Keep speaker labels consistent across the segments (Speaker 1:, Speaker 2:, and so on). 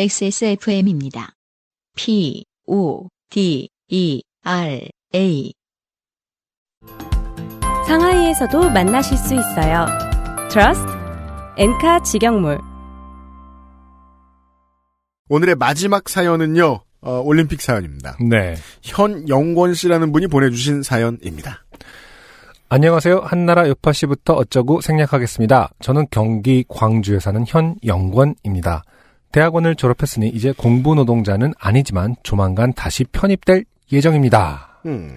Speaker 1: XSFM입니다. P, O, D, E, R, A.
Speaker 2: 상하이에서도 만나실 수 있어요. Trust 엔카 직영몰
Speaker 3: 오늘의 마지막 사연은요, 어, 올림픽 사연입니다.
Speaker 4: 네.
Speaker 3: 현영권 씨라는 분이 보내주신 사연입니다.
Speaker 4: 안녕하세요. 한나라 요파 씨부터 어쩌고 생략하겠습니다. 저는 경기 광주에 사는 현영권입니다. 대학원을 졸업했으니 이제 공부 노동자는 아니지만 조만간 다시 편입될 예정입니다.
Speaker 3: 음,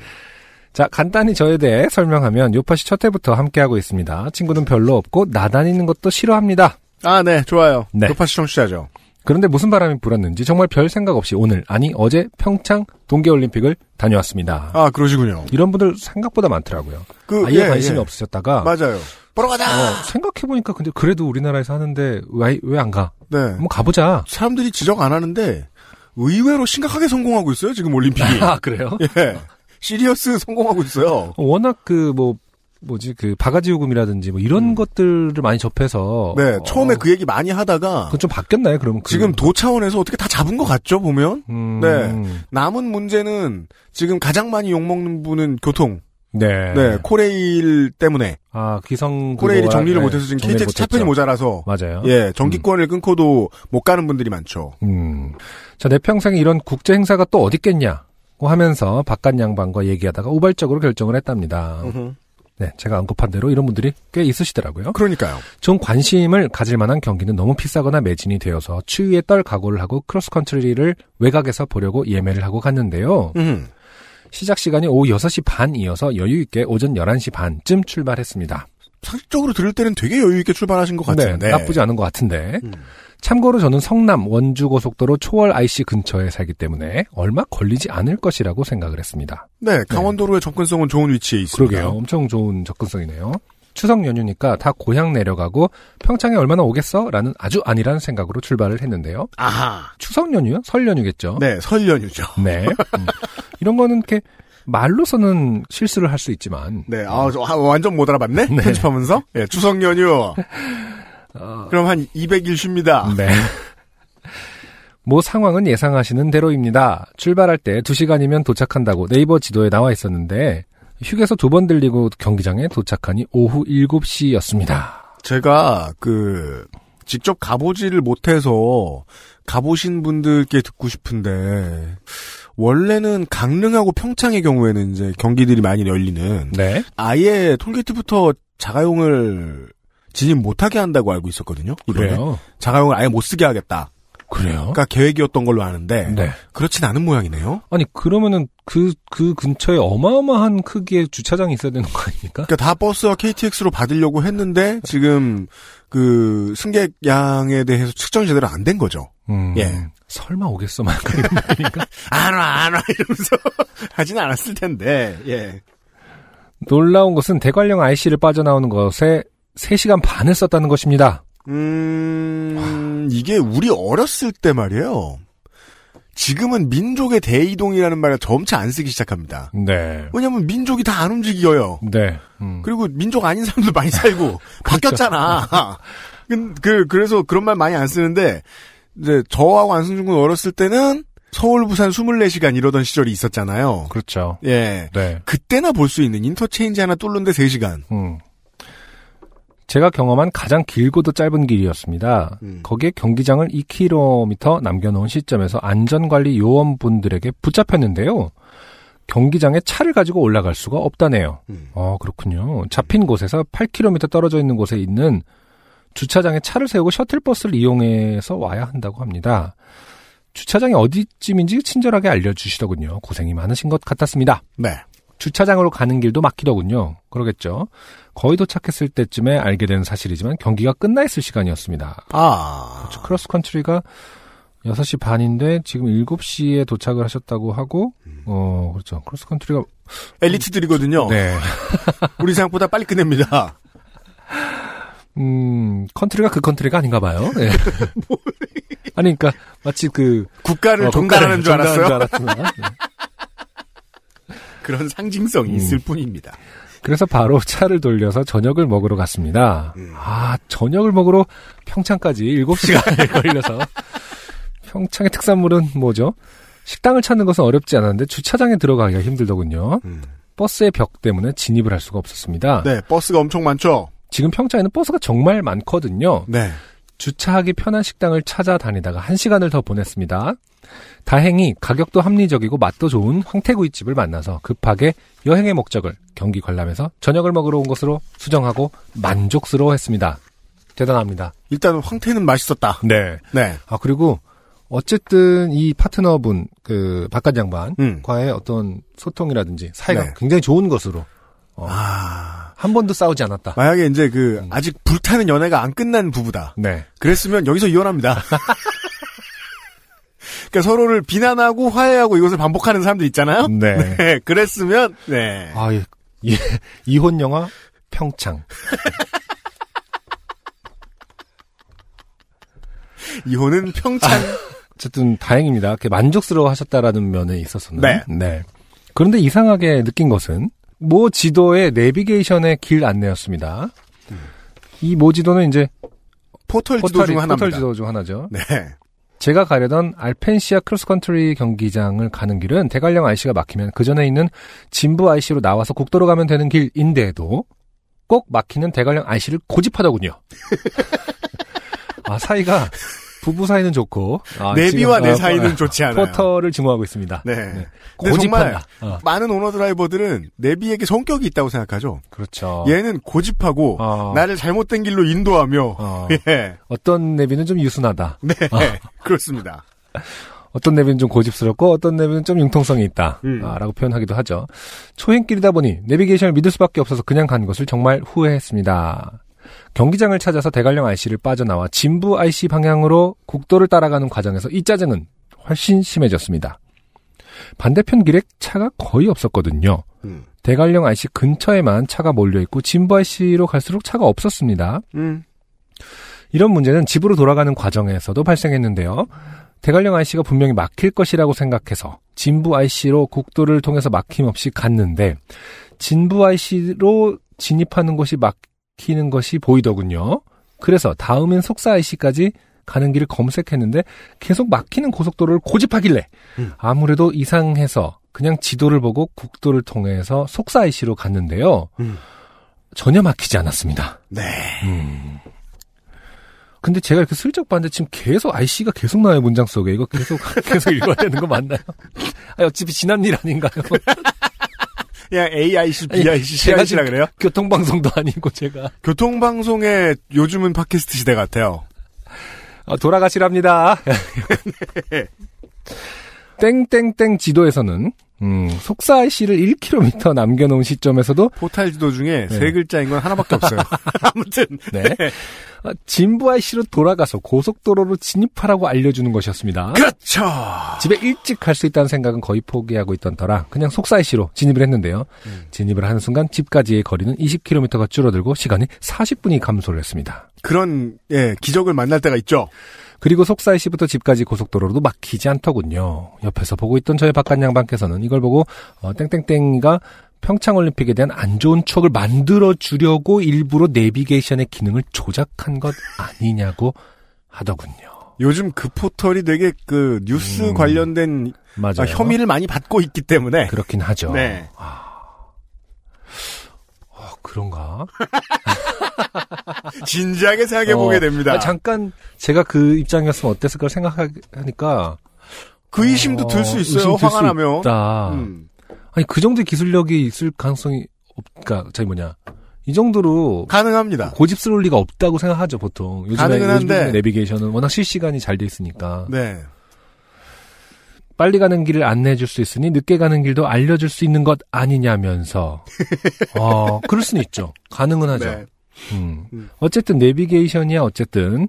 Speaker 4: 자, 간단히 저에 대해 설명하면 요파 씨 첫 해부터 함께하고 있습니다. 친구는 별로 없고 나다니는 것도 싫어합니다.
Speaker 3: 아, 네, 좋아요.
Speaker 4: 네.
Speaker 3: 도파 씨 청취자죠.
Speaker 4: 그런데 무슨 바람이 불었는지 정말 별 생각 없이 오늘, 아니 어제 평창 동계올림픽을 다녀왔습니다.
Speaker 3: 아, 그러시군요.
Speaker 4: 이런 분들 생각보다 많더라고요.
Speaker 3: 그,
Speaker 4: 아예
Speaker 3: 예,
Speaker 4: 관심이
Speaker 3: 예.
Speaker 4: 없으셨다가
Speaker 3: 맞아요. 보러 가자!
Speaker 4: 어, 생각해보니까 근데 그래도 우리나라에서 하는데 왜 안 가?
Speaker 3: 네.
Speaker 4: 한번 가보자.
Speaker 3: 사람들이 지적 안 하는데, 의외로 심각하게 성공하고 있어요, 지금 올림픽이.
Speaker 4: 아 그래요?
Speaker 3: 예. 시리어스 성공하고 있어요.
Speaker 4: 워낙 그 뭐 뭐지 그 바가지 요금이라든지 뭐 이런 것들을 많이 접해서
Speaker 3: 음. 네,
Speaker 4: 어,
Speaker 3: 처음에 그 얘기 많이 하다가,
Speaker 4: 그건 좀 바뀌었나요? 그러면 그,
Speaker 3: 지금 도 차원에서 어떻게 다 잡은 것 같죠, 보면?
Speaker 4: 음,
Speaker 3: 네. 남은 문제는, 지금 가장 많이 욕먹는 분은 교통.
Speaker 4: 네.
Speaker 3: 네, 코레일 때문에.
Speaker 4: 아 기성
Speaker 3: 코레일이
Speaker 4: 그거와-
Speaker 3: 정리를
Speaker 4: 네,
Speaker 3: 못해서 지금
Speaker 4: 정리를
Speaker 3: KTX 차편이
Speaker 4: 못했죠. 어? 음.
Speaker 3: 모자라서
Speaker 4: 맞아요.
Speaker 3: 예 전기권을 끊고도 못 가는 분들이 많죠.
Speaker 4: 음. 자, 내 평생에 이런 국제 행사가 또 어디 있겠냐고 하면서 바깥 양반과 얘기하다가 우발적으로 결정을 했답니다.
Speaker 3: 음.
Speaker 4: 네, 제가 언급한 대로 이런 분들이 꽤 있으시더라고요.
Speaker 3: 그러니까요.
Speaker 4: 좀 관심을 가질 만한 경기는 너무 비싸거나 매진이 되어서 추위에 떨 각오를 하고 크로스컨트리를 외곽에서 보려고 예매를 하고 갔는데요.
Speaker 3: 음.
Speaker 4: 시작 시간이 오후 6시 반이어서 여유 있게 오전 11시 반쯤 출발했습니다.
Speaker 3: 상식적으로 들을 때는 되게 여유 있게 출발하신 것 같아요.
Speaker 4: 네, 나쁘지 않은 것 같은데.
Speaker 3: 음.
Speaker 4: 참고로 저는 성남 원주 고속도로 초월 IC 근처에 살기 때문에 얼마 걸리지 않을 것이라고 생각을 했습니다.
Speaker 3: 네, 강원도로의 접근성은 좋은 위치에 있습니다.
Speaker 4: 그러게요. 엄청 좋은 접근성이네요. 추석 연휴니까 다 고향 내려가고 평창에 얼마나 오겠어? 라는 아주 아니란 생각으로 출발을 했는데요.
Speaker 3: 아하.
Speaker 4: 추석 연휴요? 설 연휴겠죠?
Speaker 3: 네, 설 연휴죠.
Speaker 4: 네. 음. 이런 거는 이렇게 말로서는 실수를 할 수 있지만
Speaker 3: 네, 아, 저, 아, 완전 못 알아봤네? 편집하면서? 예, 추석 연휴. 그럼 한 200일 쉽니다.
Speaker 4: 아, 네. 뭐 상황은 예상하시는 대로입니다. 출발할 때 2시간이면 도착한다고 네이버 지도에 나와 있었는데 휴게소 두 번 들리고 경기장에 도착하니 오후 7시였습니다.
Speaker 3: 제가, 그, 직접 가보지를 못해서, 가보신 분들께 듣고 싶은데, 원래는 강릉하고 평창의 경우에는 이제 경기들이 많이 열리는,
Speaker 4: 네.
Speaker 3: 아예 톨게이트부터 자가용을 진입 못하게 한다고 알고 있었거든요. 이번에.
Speaker 4: 그래요.
Speaker 3: 자가용을 아예 못 쓰게 하겠다.
Speaker 4: 그래요.
Speaker 3: 그러니까 계획이었던 걸로 아는데
Speaker 4: 네.
Speaker 3: 그렇진 않은 모양이네요.
Speaker 4: 아니 그러면은 그 그 근처에 어마어마한 크기의 주차장이 있어야 되는 거 아닙니까?
Speaker 3: 그러니까 다 버스와 KTX로 받으려고 했는데 지금 그 승객 양에 대해서 측정이 제대로 안 된 거죠.
Speaker 4: 음.
Speaker 3: 예.
Speaker 4: 설마 오겠어 막 그런 말이니까.
Speaker 3: 안 와 안 와 이러면서 하진 않았을 텐데 예.
Speaker 4: 놀라운 것은 대관령 IC를 빠져나오는 것에 3시간 반을 썼다는 것입니다.
Speaker 3: 음 이게 우리 어렸을 때 말이에요. 지금은 민족의 대이동이라는 말을 점차 안 쓰기 시작합니다.
Speaker 4: 네.
Speaker 3: 왜냐면 민족이 다 안 움직여요.
Speaker 4: 네. 음.
Speaker 3: 그리고 민족 아닌 사람들 많이 살고 바뀌었잖아. 근- 그 그래서 그런 말 많이 안 쓰는데 이제 저하고 안승준 군 어렸을 때는 서울 부산 24시간 이러던 시절이 있었잖아요.
Speaker 4: 그렇죠.
Speaker 3: 예.
Speaker 4: 네.
Speaker 3: 그때나 볼 수 있는 인터체인지 하나 뚫는데 3시간.
Speaker 4: 음. 제가 경험한 가장 길고도 짧은 길이었습니다.
Speaker 3: 음.
Speaker 4: 거기에 경기장을 2km 남겨놓은 시점에서 안전관리 요원분들에게 붙잡혔는데요. 경기장에 차를 가지고 올라갈 수가 없다네요.
Speaker 3: 음.
Speaker 4: 아, 그렇군요. 잡힌 곳에서 8km 떨어져 있는 곳에 있는 주차장에 차를 세우고 셔틀버스를 이용해서 와야 한다고 합니다. 주차장이 어디쯤인지 친절하게 알려주시더군요. 고생이 많으신 것 같았습니다.
Speaker 3: 네.
Speaker 4: 주차장으로 가는 길도 막히더군요. 그러겠죠. 거의 도착했을 때쯤에 알게 된 사실이지만 경기가 끝나 있을 시간이었습니다.
Speaker 3: 아.
Speaker 4: 크로스 컨트리가 6시 반인데 지금 7시에 도착을 하셨다고 하고 어 그렇죠. 크로스 컨트리가
Speaker 3: 엘리트들이거든요.
Speaker 4: 네.
Speaker 3: 우리 생각보다 빨리 끝냅니다.
Speaker 4: 음, 컨트리가 그 컨트리가 아닌가 봐요. 예. 아니 그러니까 마치 그
Speaker 3: 국가를
Speaker 4: 어,
Speaker 3: 종단하는 줄
Speaker 4: 국가를
Speaker 3: 알았어요.
Speaker 4: 종단하는 줄 알았지만. 네.
Speaker 3: 그런
Speaker 4: 음.
Speaker 3: 상징성이 있을 뿐입니다.
Speaker 4: 그래서 바로 차를 돌려서 저녁을 먹으러
Speaker 3: 음.
Speaker 4: 갔습니다. 아, 저녁을 먹으러 평창까지 7시간이 걸려서 평창의 특산물은 뭐죠? 식당을 찾는 것은 어렵지 않았는데 주차장에 들어가기가 힘들더군요.
Speaker 3: 음.
Speaker 4: 버스의 벽 때문에 진입을 할 수가 없었습니다.
Speaker 3: 네, 버스가 엄청 많죠?
Speaker 4: 지금 평창에는 버스가 정말 많거든요.
Speaker 3: 네.
Speaker 4: 주차하기 편한 식당을 찾아다니다가 한시간을더 보냈습니다. 다행히 가격도 합리적이고 맛도 좋은 황태구이집을 만나서 급하게 여행의 목적을 경기 관람에서 저녁을 먹으러 온 것으로 수정하고 만족스러워했습니다. 대단합니다.
Speaker 3: 일단 황태는 맛있었다.
Speaker 4: 네.
Speaker 3: 네.
Speaker 4: 아 그리고 어쨌든 이 파트너분 그 바깥 양반
Speaker 3: 음.
Speaker 4: 과의 어떤 소통이라든지 사이가
Speaker 3: 네.
Speaker 4: 굉장히 좋은 것으로 어,
Speaker 3: 아.
Speaker 4: 한 번도 싸우지 않았다.
Speaker 3: 만약에 이제 그
Speaker 4: 음.
Speaker 3: 아직 불타는 연애가 안 끝난 부부다.
Speaker 4: 네.
Speaker 3: 그랬으면 여기서 이혼합니다. 그러니까 서로를 비난하고 화해하고 이것을 반복하는 사람들 있잖아요.
Speaker 4: 네.
Speaker 3: 네, 그랬으면 네.
Speaker 4: 아, 예. 예. 이혼 영화 평창.
Speaker 3: 이혼은 평창.
Speaker 4: 아. 어쨌든 다행입니다. 이렇게 만족스러워 하셨다라는 면에 있어서는.
Speaker 3: 네.
Speaker 4: 그런데 이상하게 느낀 것은 모 지도의 내비게이션의 길 안내였습니다. 이 모 지도는 이제
Speaker 3: 음. 포털 지도
Speaker 4: 포털,
Speaker 3: 중 하나입니다.
Speaker 4: 포털 지도 중 하나죠.
Speaker 3: 네.
Speaker 4: 제가 가려던 알펜시아 크로스컨트리 경기장을 가는 길은 대관령 IC가 막히면 그 전에 있는 진부 IC로 나와서 국도로 가면 되는 길인데도 꼭 막히는 대관령 IC를 고집하더군요. 아 사이가 부부 사이는 좋고 아,
Speaker 3: 내비와
Speaker 4: 지금,
Speaker 3: 내
Speaker 4: 아,
Speaker 3: 사이는 좋지 않아요.
Speaker 4: 포터를 증오하고 있습니다.
Speaker 3: 네. 근데
Speaker 4: 고집한다. 어,
Speaker 3: 많은 오너 드라이버들은 내비에게 성격이 있다고 생각하죠.
Speaker 4: 그렇죠.
Speaker 3: 얘는 고집하고
Speaker 4: 어.
Speaker 3: 나를 잘못된 길로 인도하며
Speaker 4: 어,
Speaker 3: 예.
Speaker 4: 어떤 내비는 좀 유순하다.
Speaker 3: 네. 그렇습니다.
Speaker 4: 어떤 내비는 좀 고집스럽고 어떤 내비는 좀 융통성이 있다
Speaker 3: 음.
Speaker 4: 아, 라고 표현하기도 하죠. 초행길이다 보니 내비게이션을 믿을 수밖에 없어서 그냥 간 것을 정말 후회했습니다. 경기장을 찾아서 대관령 IC를 빠져나와 진부 IC 방향으로 국도를 따라가는 과정에서 이 짜증은 훨씬 심해졌습니다. 반대편 길에 차가 거의 없었거든요.
Speaker 3: 음.
Speaker 4: 대관령 IC 근처에만 차가 몰려있고 진부 IC로 갈수록 차가 없었습니다.
Speaker 3: 음.
Speaker 4: 이런 문제는 집으로 돌아가는 과정에서도 발생했는데요. 대관령 IC가 분명히 막힐 것이라고 생각해서 진부 IC로 국도를 통해서 막힘없이 갔는데 진부 IC로 진입하는 곳이 막히는 것이 보이더군요. 그래서 다음엔 속사 IC까지 가는 길을 검색했는데 계속 막히는 고속도로를 고집하길래
Speaker 3: 음.
Speaker 4: 아무래도 이상해서 그냥 지도를 보고 국도를 통해서 속사 IC로 갔는데요.
Speaker 3: 음.
Speaker 4: 전혀 막히지 않았습니다.
Speaker 3: 네.
Speaker 4: 음. 근데 제가 이렇게 슬쩍 봤는데 지금 계속 IC가 계속 나와요, 문장 속에. 이거 계속, 계속 읽어야 되는 거 맞나요? 아, 어차피 지난 일 아닌가요?
Speaker 3: 그냥 AIC,
Speaker 4: 아니,
Speaker 3: BIC,
Speaker 4: 제가 그
Speaker 3: CIC라 그래요?
Speaker 4: 교통방송도 아니고 제가.
Speaker 3: 교통방송의 요즘은 팟캐스트 시대 같아요.
Speaker 4: 아, 돌아가시랍니다. 땡땡땡 지도에서는, 음, 속사 IC를 1km 남겨놓은 시점에서도
Speaker 3: 포탈 지도 중에
Speaker 4: 네.
Speaker 3: 세 글자인 건 하나밖에 없어요. 아무튼
Speaker 4: 네. 아, 진부 IC로 돌아가서 고속도로로 진입하라고 알려주는 것이었습니다.
Speaker 3: 그렇죠.
Speaker 4: 집에 일찍 갈 수 있다는 생각은 거의 포기하고 있던 터라 그냥 속사이시로 진입을 했는데요.
Speaker 3: 음.
Speaker 4: 진입을 하는 순간 집까지의 거리는 20km가 줄어들고 시간이 40분이 감소를 했습니다.
Speaker 3: 그런 예 기적을 만날 때가 있죠.
Speaker 4: 그리고 속사이시부터 집까지 고속도로로도 막히지 않더군요. 옆에서 보고 있던 저의 바깥 양반께서는 이걸 보고 어, 땡땡땡이가 평창올림픽에 대한 안 좋은 추억을 만들어 주려고 일부러 내비게이션의 기능을 조작한 것 아니냐고 하더군요.
Speaker 3: 요즘 그 포털이 되게 그 뉴스
Speaker 4: 음.
Speaker 3: 관련된
Speaker 4: 맞아요.
Speaker 3: 아, 혐의를 많이 받고 있기 때문에
Speaker 4: 그렇긴 하죠.
Speaker 3: 네.
Speaker 4: 어, 그런가?
Speaker 3: 진지하게 생각해 보게
Speaker 4: 어,
Speaker 3: 됩니다.
Speaker 4: 아, 잠깐 제가 그 입장이었으면 어땠을까 생각하니까
Speaker 3: 그 의심도 들 수
Speaker 4: 어,
Speaker 3: 있어요.
Speaker 4: 의심 들수
Speaker 3: 화가 나면.
Speaker 4: 있다.
Speaker 3: 음.
Speaker 4: 아니 그 정도의 기술력이 있을 가능성이 없. 그러니까 저희 뭐냐 이 정도로
Speaker 3: 가능합니다.
Speaker 4: 고집스러울 리가 없다고 생각하죠 보통. 요즘에
Speaker 3: 가능은 한데.
Speaker 4: 요즘에 내비게이션은 워낙 실시간이 잘 돼 있으니까
Speaker 3: 네.
Speaker 4: 빨리 가는 길을 안내해 줄 수 있으니 늦게 가는 길도 알려줄 수 있는 것 아니냐면서. 어 그럴 수는 있죠. 가능은 하죠.
Speaker 3: 네.
Speaker 4: 음.
Speaker 3: 음.
Speaker 4: 어쨌든 내비게이션이야 어쨌든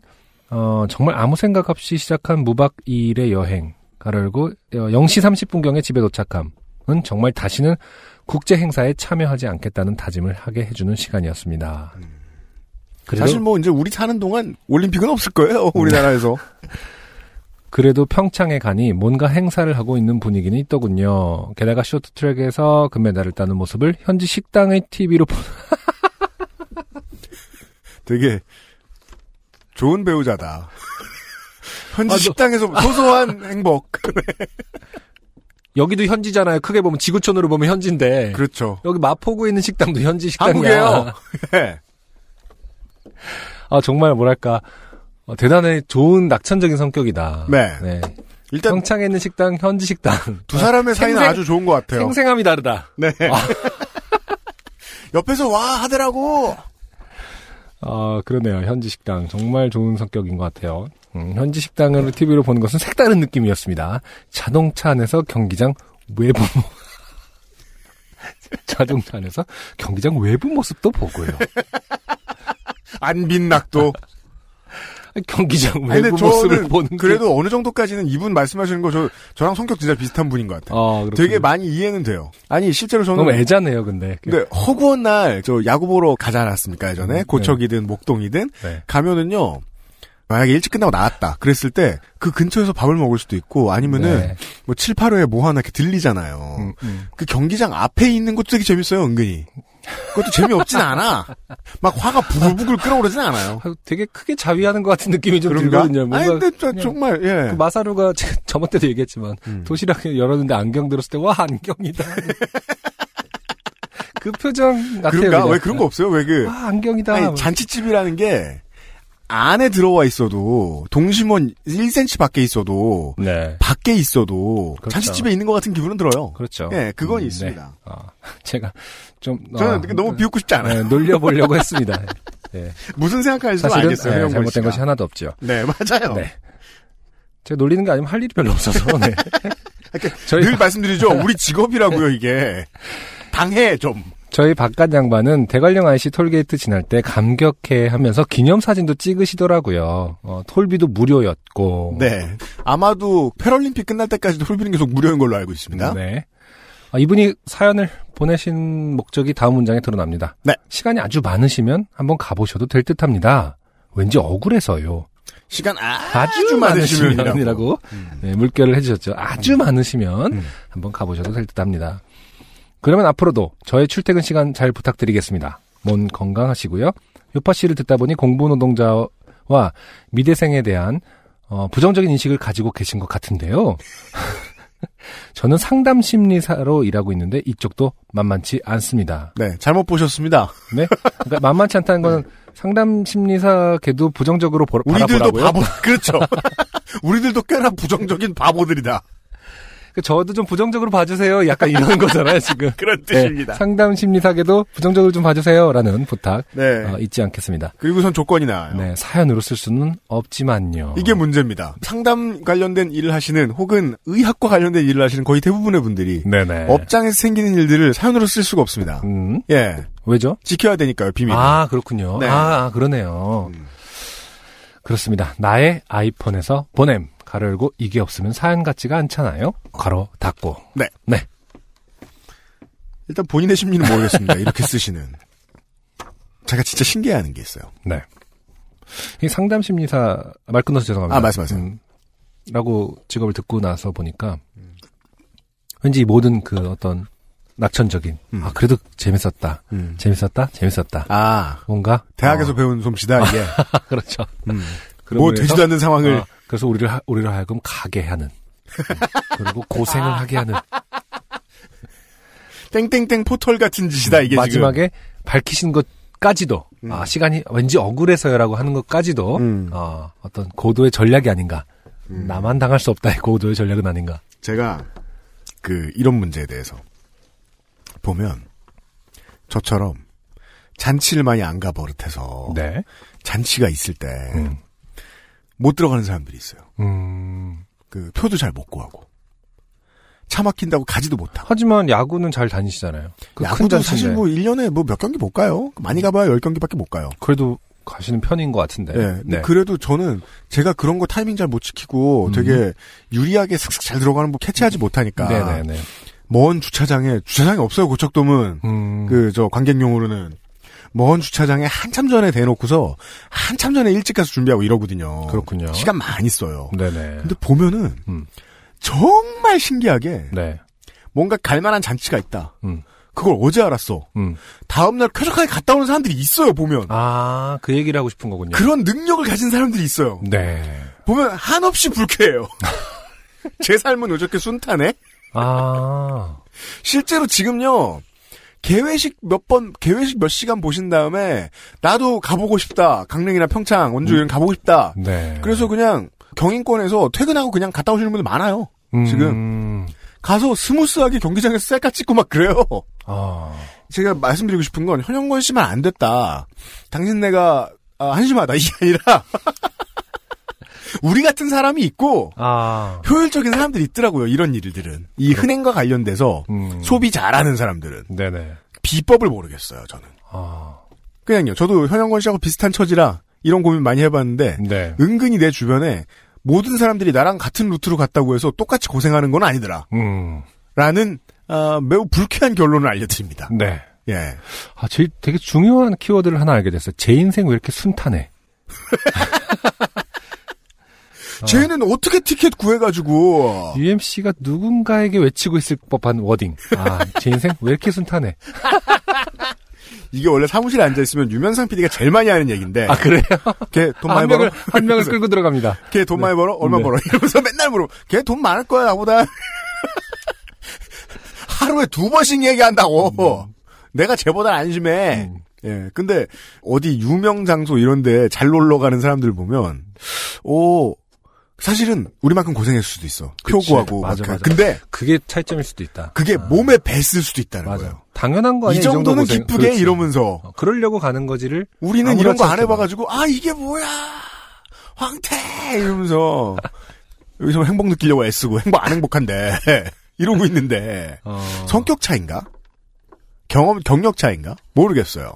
Speaker 4: 어, 정말 아무 생각 없이 시작한 무박 2일의 여행 가르고 0시 30분경에 집에 도착함은 정말 다시는 국제 행사에 참여하지 않겠다는 다짐을 하게 해주는 시간이었습니다. 그래도,
Speaker 3: 사실 뭐 이제 우리 사는 동안 올림픽은 없을 거예요.
Speaker 4: 음.
Speaker 3: 우리나라에서.
Speaker 4: 그래도 평창에 가니 뭔가 행사를 하고 있는 분위기는 있더군요. 게다가 쇼트트랙에서 금메달을 따는 모습을 현지 식당의 TV로 보는
Speaker 3: 되게 좋은 배우자다. 현지
Speaker 4: 아, 네. 너-
Speaker 3: 식당에서 소소한 행복.
Speaker 4: 여기도 현지잖아요. 크게 보면 지구촌으로 보면 현지인데.
Speaker 3: 그렇죠.
Speaker 4: 여기 마포구에 있는 식당도 현지 식당이야.
Speaker 3: 한국이에요. 예.
Speaker 4: 아 정말 뭐랄까 어, 대단히 좋은 낙천적인 성격이다.
Speaker 3: 네. 일단
Speaker 4: 평창에 있는 식당 현지 식당
Speaker 3: 두 사람의 사이는
Speaker 4: 생생-
Speaker 3: 아주 좋은 것 같아요.
Speaker 4: 생생함이 아. 다르다.
Speaker 3: 네. 옆에서 와 하더라고.
Speaker 4: 아, 그러네요. 현지 식당. 정말 좋은 성격인 것 같아요. 음, 현지 식당으로 TV로 보는 것은 색다른 느낌이었습니다. 자동차 안에서 경기장 외부, 모- 자동차 안에서 경기장 외부 모습도 보고요.
Speaker 3: 안빈낙도.
Speaker 4: 경기장
Speaker 3: 아니,
Speaker 4: 외부
Speaker 3: 근데
Speaker 4: 모습을 보는
Speaker 3: 저는
Speaker 4: 게-
Speaker 3: 그래도 어느 정도까지는 이분 말씀하시는 거 저 저랑 성격 진짜 비슷한 분인 것 같아요.
Speaker 4: 아, 그렇군요.
Speaker 3: 되게 많이 이해는 돼요. 아니 실제로 저는
Speaker 4: 너무 애자네요, 근데.
Speaker 3: 근데 허구한 날 저 야구 보러 가지 않았습니까 예전에
Speaker 4: 음,
Speaker 3: 고척이든 목동이든
Speaker 4: 네.
Speaker 3: 가면은요 만약에 일찍 끝나고 나왔다 그랬을 때 그 근처에서 밥을 먹을 수도 있고 아니면은
Speaker 4: 네.
Speaker 3: 뭐 7, 8회에 뭐 하나 이렇게 들리잖아요.
Speaker 4: 음, 음.
Speaker 3: 그 경기장 앞에 있는 것도 되게 재밌어요, 은근히. 그것도 재미없진 않아. 막 화가 부글부글 끓어오르진 않아요.
Speaker 4: 아, 되게 크게 자위하는 것 같은 느낌이 좀
Speaker 3: 그런가?
Speaker 4: 들거든요. 뭔가
Speaker 3: 아니, 근데 저,
Speaker 4: 그냥
Speaker 3: 정말,
Speaker 4: 그
Speaker 3: 예.
Speaker 4: 마사루가 제- 저번 때도 얘기했지만
Speaker 3: 음.
Speaker 4: 도시락을 열었는데 안경 들었을 때 와 안경이다. 그 표정 같아요.
Speaker 3: 그런가?
Speaker 4: 그냥.
Speaker 3: 왜 그런 거 없어요? 왜 그,
Speaker 4: 와 안경이다. 뭐.
Speaker 3: 아니, 잔치집이라는 게, 안에 들어와 있어도, 동심원 1cm 밖에 있어도,
Speaker 4: 네.
Speaker 3: 밖에 있어도,
Speaker 4: 그렇죠.
Speaker 3: 잔치집에 있는 것 같은 기분은 들어요.
Speaker 4: 그렇죠.
Speaker 3: 예, 그건
Speaker 4: 음,
Speaker 3: 있습니다.
Speaker 4: 네. 아, 제가 좀
Speaker 3: 저는
Speaker 4: 아,
Speaker 3: 그게 너무
Speaker 4: 그-
Speaker 3: 비웃고 싶지 않아요.
Speaker 4: 네, 놀려보려고 했습니다. 네.
Speaker 3: 무슨 생각하는지
Speaker 4: 사실은
Speaker 3: 알겠어요.
Speaker 4: 네,
Speaker 3: 혜영권
Speaker 4: 잘못된
Speaker 3: 씨가.
Speaker 4: 것이 하나도 없죠.
Speaker 3: 네, 맞아요.
Speaker 4: 네. 제가 놀리는 게 아니면 할 일이 별로 없어서. 네. 저희
Speaker 3: 늘 말씀드리죠. 우리 직업이라고요, 이게. 당해, 좀.
Speaker 4: 저희 바깥 양반은 대관령 IC 톨게이트 지날 때 감격해 하면서 기념사진도 찍으시더라고요. 어, 톨비도 무료였고.
Speaker 3: 네. 아마도 패럴림픽 끝날 때까지도 홀비는 계속 무료인 걸로 알고 있습니다.
Speaker 4: 네. 아, 이분이 사연을 보내신 목적이 다음 문장에 드러납니다.
Speaker 3: 네.
Speaker 4: 시간이 아주 많으시면 한번 가보셔도 될 듯합니다. 왠지 억울해서요.
Speaker 3: 시간 아,
Speaker 4: 아주
Speaker 3: 많으시면이라고.
Speaker 4: 많으시면이라고
Speaker 3: 음.
Speaker 4: 네, 물결을 해주셨죠. 아주 많으시면
Speaker 3: 음.
Speaker 4: 한번 가보셔도 될 듯합니다. 그러면 앞으로도 저의 출퇴근 시간 잘 부탁드리겠습니다. 몸 건강하시고요. 요파 씨를 듣다 보니 공부 노동자와 미대생에 대한 어, 부정적인 인식을 가지고 계신 것 같은데요. 저는 상담 심리사로 일하고 있는데 이쪽도 만만치 않습니다.
Speaker 3: 네, 잘못 보셨습니다.
Speaker 4: 네, 그러니까 만만치 않다는 건 상담 심리사 걔도 부정적으로 보,
Speaker 3: 네. 우리들도
Speaker 4: 바라보라고요.
Speaker 3: 바보, 그렇죠. 우리들도 꽤나 부정적인 바보들이다.
Speaker 4: 그 저도 좀 부정적으로 봐주세요. 약간 이런 거잖아요, 지금.
Speaker 3: 그런
Speaker 4: 네,
Speaker 3: 뜻입니다.
Speaker 4: 상담 심리사계도 부정적으로 좀 봐주세요라는 부탁
Speaker 3: 네.
Speaker 4: 어, 잊지 않겠습니다.
Speaker 3: 그리고선 조건이 나와요.
Speaker 4: 네, 사연으로 쓸 수는 없지만요.
Speaker 3: 이게 뭐, 문제입니다. 상담 관련된 일을 하시는 혹은 의학과 관련된 일을 하시는 거의 대부분의 분들이
Speaker 4: 네네.
Speaker 3: 업장에서 생기는 일들을 사연으로 쓸 수가 없습니다.
Speaker 4: 음,
Speaker 3: 예.
Speaker 4: 왜죠?
Speaker 3: 지켜야 되니까요, 비밀.
Speaker 4: 아 그렇군요.
Speaker 3: 네.
Speaker 4: 아, 아, 그러네요.
Speaker 3: 음.
Speaker 4: 그렇습니다. 나의 아이폰에서 보냄 가로 열고 이게 없으면 사연 같지가 않잖아요. 가로 닫고
Speaker 3: 네.
Speaker 4: 네.
Speaker 3: 일단 본인의 심리는 모르겠습니다. 이렇게 쓰시는. 제가 진짜 신기해하는 게 있어요.
Speaker 4: 네. 이 상담 심리사 말 끊어서 죄송합니다.
Speaker 3: 아, 말씀하세요.
Speaker 4: 음, 라고 직업을 듣고 나서 보니까 왠지 이 모든 그 어떤 낙천적인
Speaker 3: 음.
Speaker 4: 아 그래도 재밌었다, 재밌었다, 재밌었다.
Speaker 3: 아
Speaker 4: 뭔가
Speaker 3: 대학에서 배운 솜씨다 이게.
Speaker 4: 어, 그렇죠.
Speaker 3: 뭐 되지도 않는 상황을
Speaker 4: 어, 그래서 우리를 하, 우리를 하여금 가게 하는 음, 그리고 고생을 하게 하는
Speaker 3: 땡땡땡 포털 같은 짓이다 이게
Speaker 4: 마지막에 밝히신 것까지도 아, 시간이 왠지 억울해서요라고 하는 것까지도
Speaker 3: 음.
Speaker 4: 어, 어떤 고도의 전략이 아닌가. 나만 당할 수 없다의 고도의 전략은 아닌가.
Speaker 3: 지금. 제가 그 이런 문제에 대해서 보면 저처럼 잔치를 많이 안 가버릇해서
Speaker 4: 네.
Speaker 3: 잔치가 있을 때 못
Speaker 4: 음.
Speaker 3: 들어가는 사람들이 있어요.
Speaker 4: 음.
Speaker 3: 그 표도 잘 못 구하고 차 막힌다고 가지도 못하고.
Speaker 4: 하지만 야구는 잘 다니시잖아요. 그큰
Speaker 3: 야구도
Speaker 4: 잔치인데. 음.
Speaker 3: 사실 뭐 1년에 뭐 몇 경기 못 가요. 많이 가봐야 10경기밖에 못 가요.
Speaker 4: 그래도 가시는 편인 것 같은데.
Speaker 3: 예. 근데 그래도 저는 제가 그런 거 타이밍 잘 못 지키고
Speaker 4: 네. 음.
Speaker 3: 되게 유리하게 슥슥 잘 들어가는 법 캐치하지 못하니까
Speaker 4: 네네네.
Speaker 3: 먼 주차장에 주차장이 없어요 고척돔은
Speaker 4: 음.
Speaker 3: 그 저 관객용으로는 먼 주차장에 한참 전에 대놓고서 한참 전에 일찍 가서 준비하고 이러거든요.
Speaker 4: 그렇군요.
Speaker 3: 시간 많이 써요.
Speaker 4: 네네.
Speaker 3: 근데 보면은
Speaker 4: 음.
Speaker 3: 정말 신기하게
Speaker 4: 네.
Speaker 3: 뭔가 갈만한 잔치가 있다.
Speaker 4: 음.
Speaker 3: 그걸 어제 알았어.
Speaker 4: 음.
Speaker 3: 다음날 쾌적하게 갔다 오는 사람들이 있어요 보면
Speaker 4: 아, 그 얘기를 하고 싶은 거군요.
Speaker 3: 그런 능력을 가진 사람들이 있어요.
Speaker 4: 네.
Speaker 3: 보면 한없이 불쾌해요. 제 삶은 왜 저렇게 순탄해?
Speaker 4: 아,
Speaker 3: 실제로 지금요. 개회식 몇 번, 개회식 몇 시간 보신 다음에, 나도 가보고 싶다. 강릉이나 평창, 원주 이런 데 가보고 싶다.
Speaker 4: 음. 네.
Speaker 3: 그래서 그냥 경인권에서 퇴근하고 그냥 갔다 오시는 분들 많아요.
Speaker 4: 음,
Speaker 3: 지금. 가서 스무스하게 경기장에서 셀카 찍고 막 그래요.
Speaker 4: 아,
Speaker 3: 제가 말씀드리고 싶은 건 현영권 씨만 안 됐다. 당신 내가 아, 한심하다 이게 아니라 우리 같은 사람이 있고
Speaker 4: 아,
Speaker 3: 효율적인 사람들이 있더라고요. 이런 일들은 이 흔행과 관련돼서
Speaker 4: 네. 음.
Speaker 3: 소비 잘하는 사람들은
Speaker 4: 네네.
Speaker 3: 비법을 모르겠어요. 저는
Speaker 4: 아,
Speaker 3: 그냥요. 저도 현영권 씨하고 비슷한 처지라 이런 고민 많이 해봤는데
Speaker 4: 네.
Speaker 3: 은근히 내 주변에 모든 사람들이 나랑 같은 루트로 갔다고 해서 똑같이 고생하는 건 아니더라.
Speaker 4: 음,
Speaker 3: 라는 아, 매우 불쾌한 결론을 알려드립니다.
Speaker 4: 네.
Speaker 3: 예.
Speaker 4: 아, 제 되게 중요한 키워드를 하나 알게 됐어요. 제 인생 왜 이렇게 순탄해? 아.
Speaker 3: 쟤는 어떻게 티켓 구해가지고
Speaker 4: UMC가 누군가에게 외치고 있을 법한 워딩. 아, 제 인생 왜 이렇게 순탄해?
Speaker 3: 이게 원래 사무실에 앉아 있으면 유면상 PD가 제일 많이 하는 얘기인데
Speaker 4: 아, 그래요?
Speaker 3: 걔 돈 많이
Speaker 4: 한 명을,
Speaker 3: 벌어
Speaker 4: 한 명을 끌고 들어갑니다.
Speaker 3: 걔 돈 많이 벌어 얼마
Speaker 4: 네.
Speaker 3: 벌어 이러면서 맨날 물어 걔 돈 많을 거야 나보다 하루에 두 번씩 얘기한다고
Speaker 4: 음.
Speaker 3: 내가 쟤보다 안심해 예 근데 어디 유명 장소 이런데 잘 놀러 가는 사람들 보면 오 사실은 우리만큼 고생했을 수도 있어 표
Speaker 4: 그치.
Speaker 3: 구하고
Speaker 4: 맞아,
Speaker 3: 막.
Speaker 4: 맞아.
Speaker 3: 근데
Speaker 4: 그게 차이점일 수도 있다.
Speaker 3: 그게
Speaker 4: 아,
Speaker 3: 몸에 뱄을 수도 있다는
Speaker 4: 맞아.
Speaker 3: 거예요
Speaker 4: 당연한 거 아니야?
Speaker 3: 이 정도는
Speaker 4: 정도 고생.
Speaker 3: 기쁘게
Speaker 4: 그렇지.
Speaker 3: 이러면서
Speaker 4: 어, 그러려고 가는 거지를
Speaker 3: 우리는
Speaker 4: 아무렇지
Speaker 3: 이런 거 안
Speaker 4: 않게
Speaker 3: 해봐가지고 아 이게 뭐야 황태 이러면서 여기서 행복 느끼려고 애쓰고 행복 안 행복한데 이러고 있는데
Speaker 4: 어,
Speaker 3: 성격 차인가 경험 경력 차인가 모르겠어요.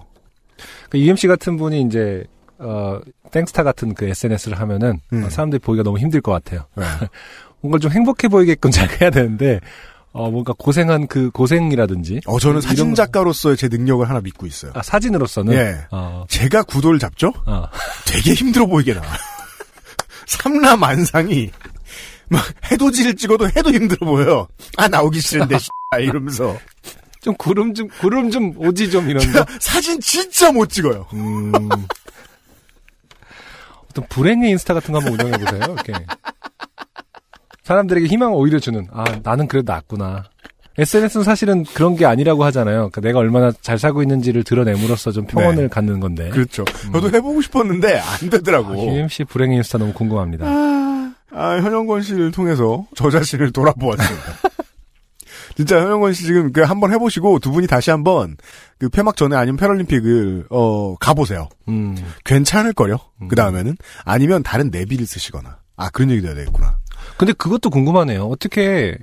Speaker 4: 그 UMC 같은 분이 이제 어, 땡스타 같은 그 SNS를 하면은
Speaker 3: 음.
Speaker 4: 어, 사람들이 보기가 너무 힘들 것 같아요.
Speaker 3: 네.
Speaker 4: 뭔가 좀 행복해 보이게끔 잘 해야 되는데 어, 뭔가 고생한 그 음, 고생이라든지
Speaker 3: 어 저는 사진
Speaker 4: 거-
Speaker 3: 작가로서의 제 능력을 하나 믿고 있어요.
Speaker 4: 아, 사진으로서는
Speaker 3: 예.
Speaker 4: 어,
Speaker 3: 제가 구도를 잡죠?
Speaker 4: 어,
Speaker 3: 되게 힘들어 보이게 나와. 삼라 만상이 막 해돋이를 찍어도 해도 힘들어 보여. 아 나오기 싫은데 이러면서
Speaker 4: 좀 구름 좀 구름 좀 오지 좀 이런 거.
Speaker 3: 제가 사진 진짜 못 찍어요.
Speaker 4: 음. 어떤 불행의 인스타 같은 거 한번 운영해 보세요. 이렇게 사람들에게 희망을 오히려 주는. 아 나는 그래도 낫구나. SNS는 사실은 그런 게 아니라고 하잖아요. 그러니까 내가 얼마나 잘 살고 있는지를 드러냄으로써 좀 평온을
Speaker 3: 네.
Speaker 4: 갖는 건데.
Speaker 3: 그렇죠. 저도 해보고 싶었는데 안
Speaker 4: 음. 아,
Speaker 3: 되더라고.
Speaker 4: UMC 불행의 인스타 너무 궁금합니다.
Speaker 3: 아, 현영권 씨를 통해서 저 자신을 돌아보았습니다. 진짜 현영권 씨 지금 그 한번 해보시고 두 분이 다시 한번 그 폐막 전에 아니면 패럴림픽을 어 가보세요.
Speaker 4: 음,
Speaker 3: 괜찮을 거요.
Speaker 4: 음.
Speaker 3: 그 다음에는 아니면 다른 내비를 쓰시거나. 아 그런 얘기도 해야 되겠구나.
Speaker 4: 근데 그것도 궁금하네요. 어떻게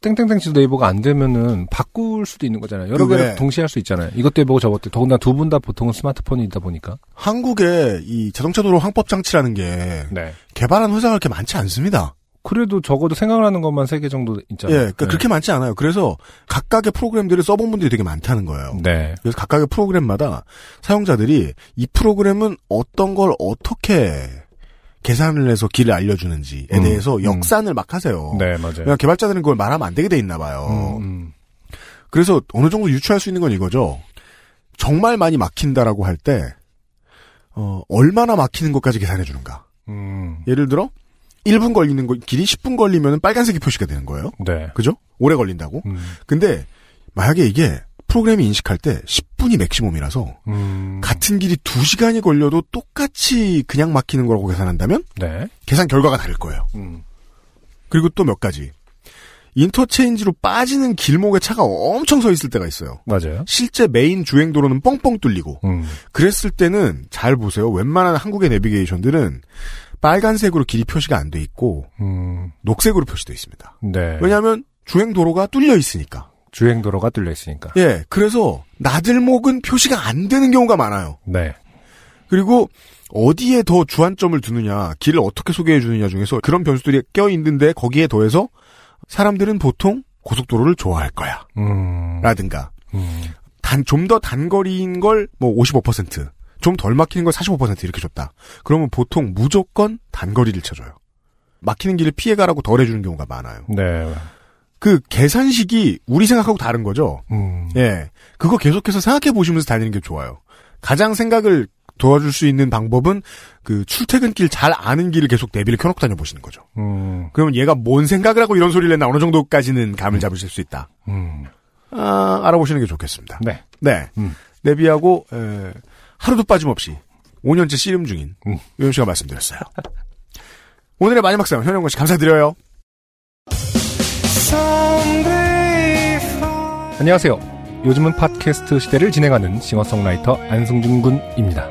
Speaker 4: 땡땡땡 지도 네이버가 안 되면은 바꿀 수도 있는 거잖아요. 여러
Speaker 3: 그게-
Speaker 4: 개를 동시에 할 수 있잖아요. 이것도 해보고 저것도. 더군다나 두 분 다 보통은 스마트폰이다 보니까.
Speaker 3: 한국에 이 자동차 도로 항법 장치라는 게
Speaker 4: 네.
Speaker 3: 개발한 회사가 그렇게 많지 않습니다.
Speaker 4: 그래도 적어도 생각나는 것만 세 개 정도
Speaker 3: 예,
Speaker 4: 있잖아요. 네.
Speaker 3: 그러니까 그렇게 많지 않아요. 그래서 각각의 프로그램들을 써본 분들이 되게 많다는 거예요.
Speaker 4: 네.
Speaker 3: 그래서 각각의 프로그램마다 사용자들이 이 프로그램은 어떤 걸 어떻게 계산을 해서 길을 알려주는지에
Speaker 4: 음,
Speaker 3: 대해서
Speaker 4: 음.
Speaker 3: 역산을 막 하세요. 어.
Speaker 4: 네, 맞아요.
Speaker 3: 그냥 개발자들은 그걸 말하면 안 되게 돼 있나 봐요.
Speaker 4: 음, 음.
Speaker 3: 그래서 어느 정도 유추할 수 있는 건 이거죠. 정말 많이 막힌다라고 할 때, 어, 얼마나 막히는 것까지 계산해 주는가.
Speaker 4: 음.
Speaker 3: 예를 들어, 1분 걸리는 거, 길이 10분 걸리면 빨간색이 표시가 되는 거예요.
Speaker 4: 네.
Speaker 3: 그죠? 오래 걸린다고.
Speaker 4: 음.
Speaker 3: 근데, 만약에 이게 프로그램이 인식할 때 10분이 맥시멈이라서,
Speaker 4: 음.
Speaker 3: 같은 길이 두시간이 걸려도 똑같이 그냥 막히는 거라고 계산한다면
Speaker 4: 네.
Speaker 3: 계산 결과가 다를 거예요.
Speaker 4: 음.
Speaker 3: 그리고 또 몇 가지. 인터체인지로 빠지는 길목에 차가 엄청 서 있을 때가 있어요.
Speaker 4: 맞아요.
Speaker 3: 실제 메인 주행도로는 뻥뻥 뚫리고
Speaker 4: 음.
Speaker 3: 그랬을 때는 잘 보세요. 웬만한 한국의 내비게이션들은 빨간색으로 길이 표시가 안 돼 있고
Speaker 4: 음.
Speaker 3: 녹색으로 표시돼 있습니다.
Speaker 4: 네.
Speaker 3: 왜냐하면 주행도로가 뚫려 있으니까.
Speaker 4: 주행 도로가 뚫려 있으니까.
Speaker 3: 예, 그래서 나들목은 표시가 안 되는 경우가 많아요.
Speaker 4: 네.
Speaker 3: 그리고 어디에 더 주안점을 두느냐, 길을 어떻게 소개해 주느냐 중에서 그런 변수들이 껴있는데 거기에 더해서 사람들은 보통 고속도로를 좋아할 거야.
Speaker 4: 음.
Speaker 3: 라든가.
Speaker 4: 음.
Speaker 3: 단, 좀 더 단거리인 걸 뭐 55%, 좀 덜 막히는 걸 45% 이렇게 줬다. 그러면 보통 무조건 단거리를 쳐줘요. 막히는 길을 피해가라고 덜 해주는 경우가 많아요.
Speaker 4: 네.
Speaker 3: 그 계산식이 우리 생각하고 다른 거죠.
Speaker 4: 음.
Speaker 3: 예. 그거 계속해서 생각해 보시면서 다니는 게 좋아요. 가장 생각을 도와줄 수 있는 방법은 그 출퇴근길 잘 아는 길을 계속 내비를 켜놓고 다녀보시는 거죠.
Speaker 4: 음,
Speaker 3: 그러면 얘가 뭔 생각을 하고 이런 소리를 했나 어느 정도까지는 감을 잡으실 수 있다.
Speaker 4: 음,
Speaker 3: 아, 알아보시는 게 좋겠습니다.
Speaker 4: 네.
Speaker 3: 네.
Speaker 4: 음.
Speaker 3: 내비하고 에, 하루도 빠짐없이 5년째 씨름 중인
Speaker 4: 음.
Speaker 3: 유영 씨가 말씀드렸어요. 오늘의 마지막 사연 현영건 씨 감사드려요.
Speaker 4: 안녕하세요. 요즘은 팟캐스트 시대를 진행하는 싱어송라이터 안승준 군입니다.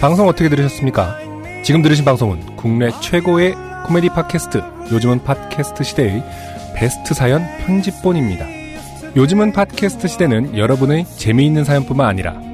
Speaker 4: 방송 어떻게 들으셨습니까? 지금 들으신 방송은 국내 최고의 코미디 팟캐스트 요즘은 팟캐스트 시대의 베스트 사연 편집본입니다. 요즘은 팟캐스트 시대는 여러분의 재미있는 사연뿐만 아니라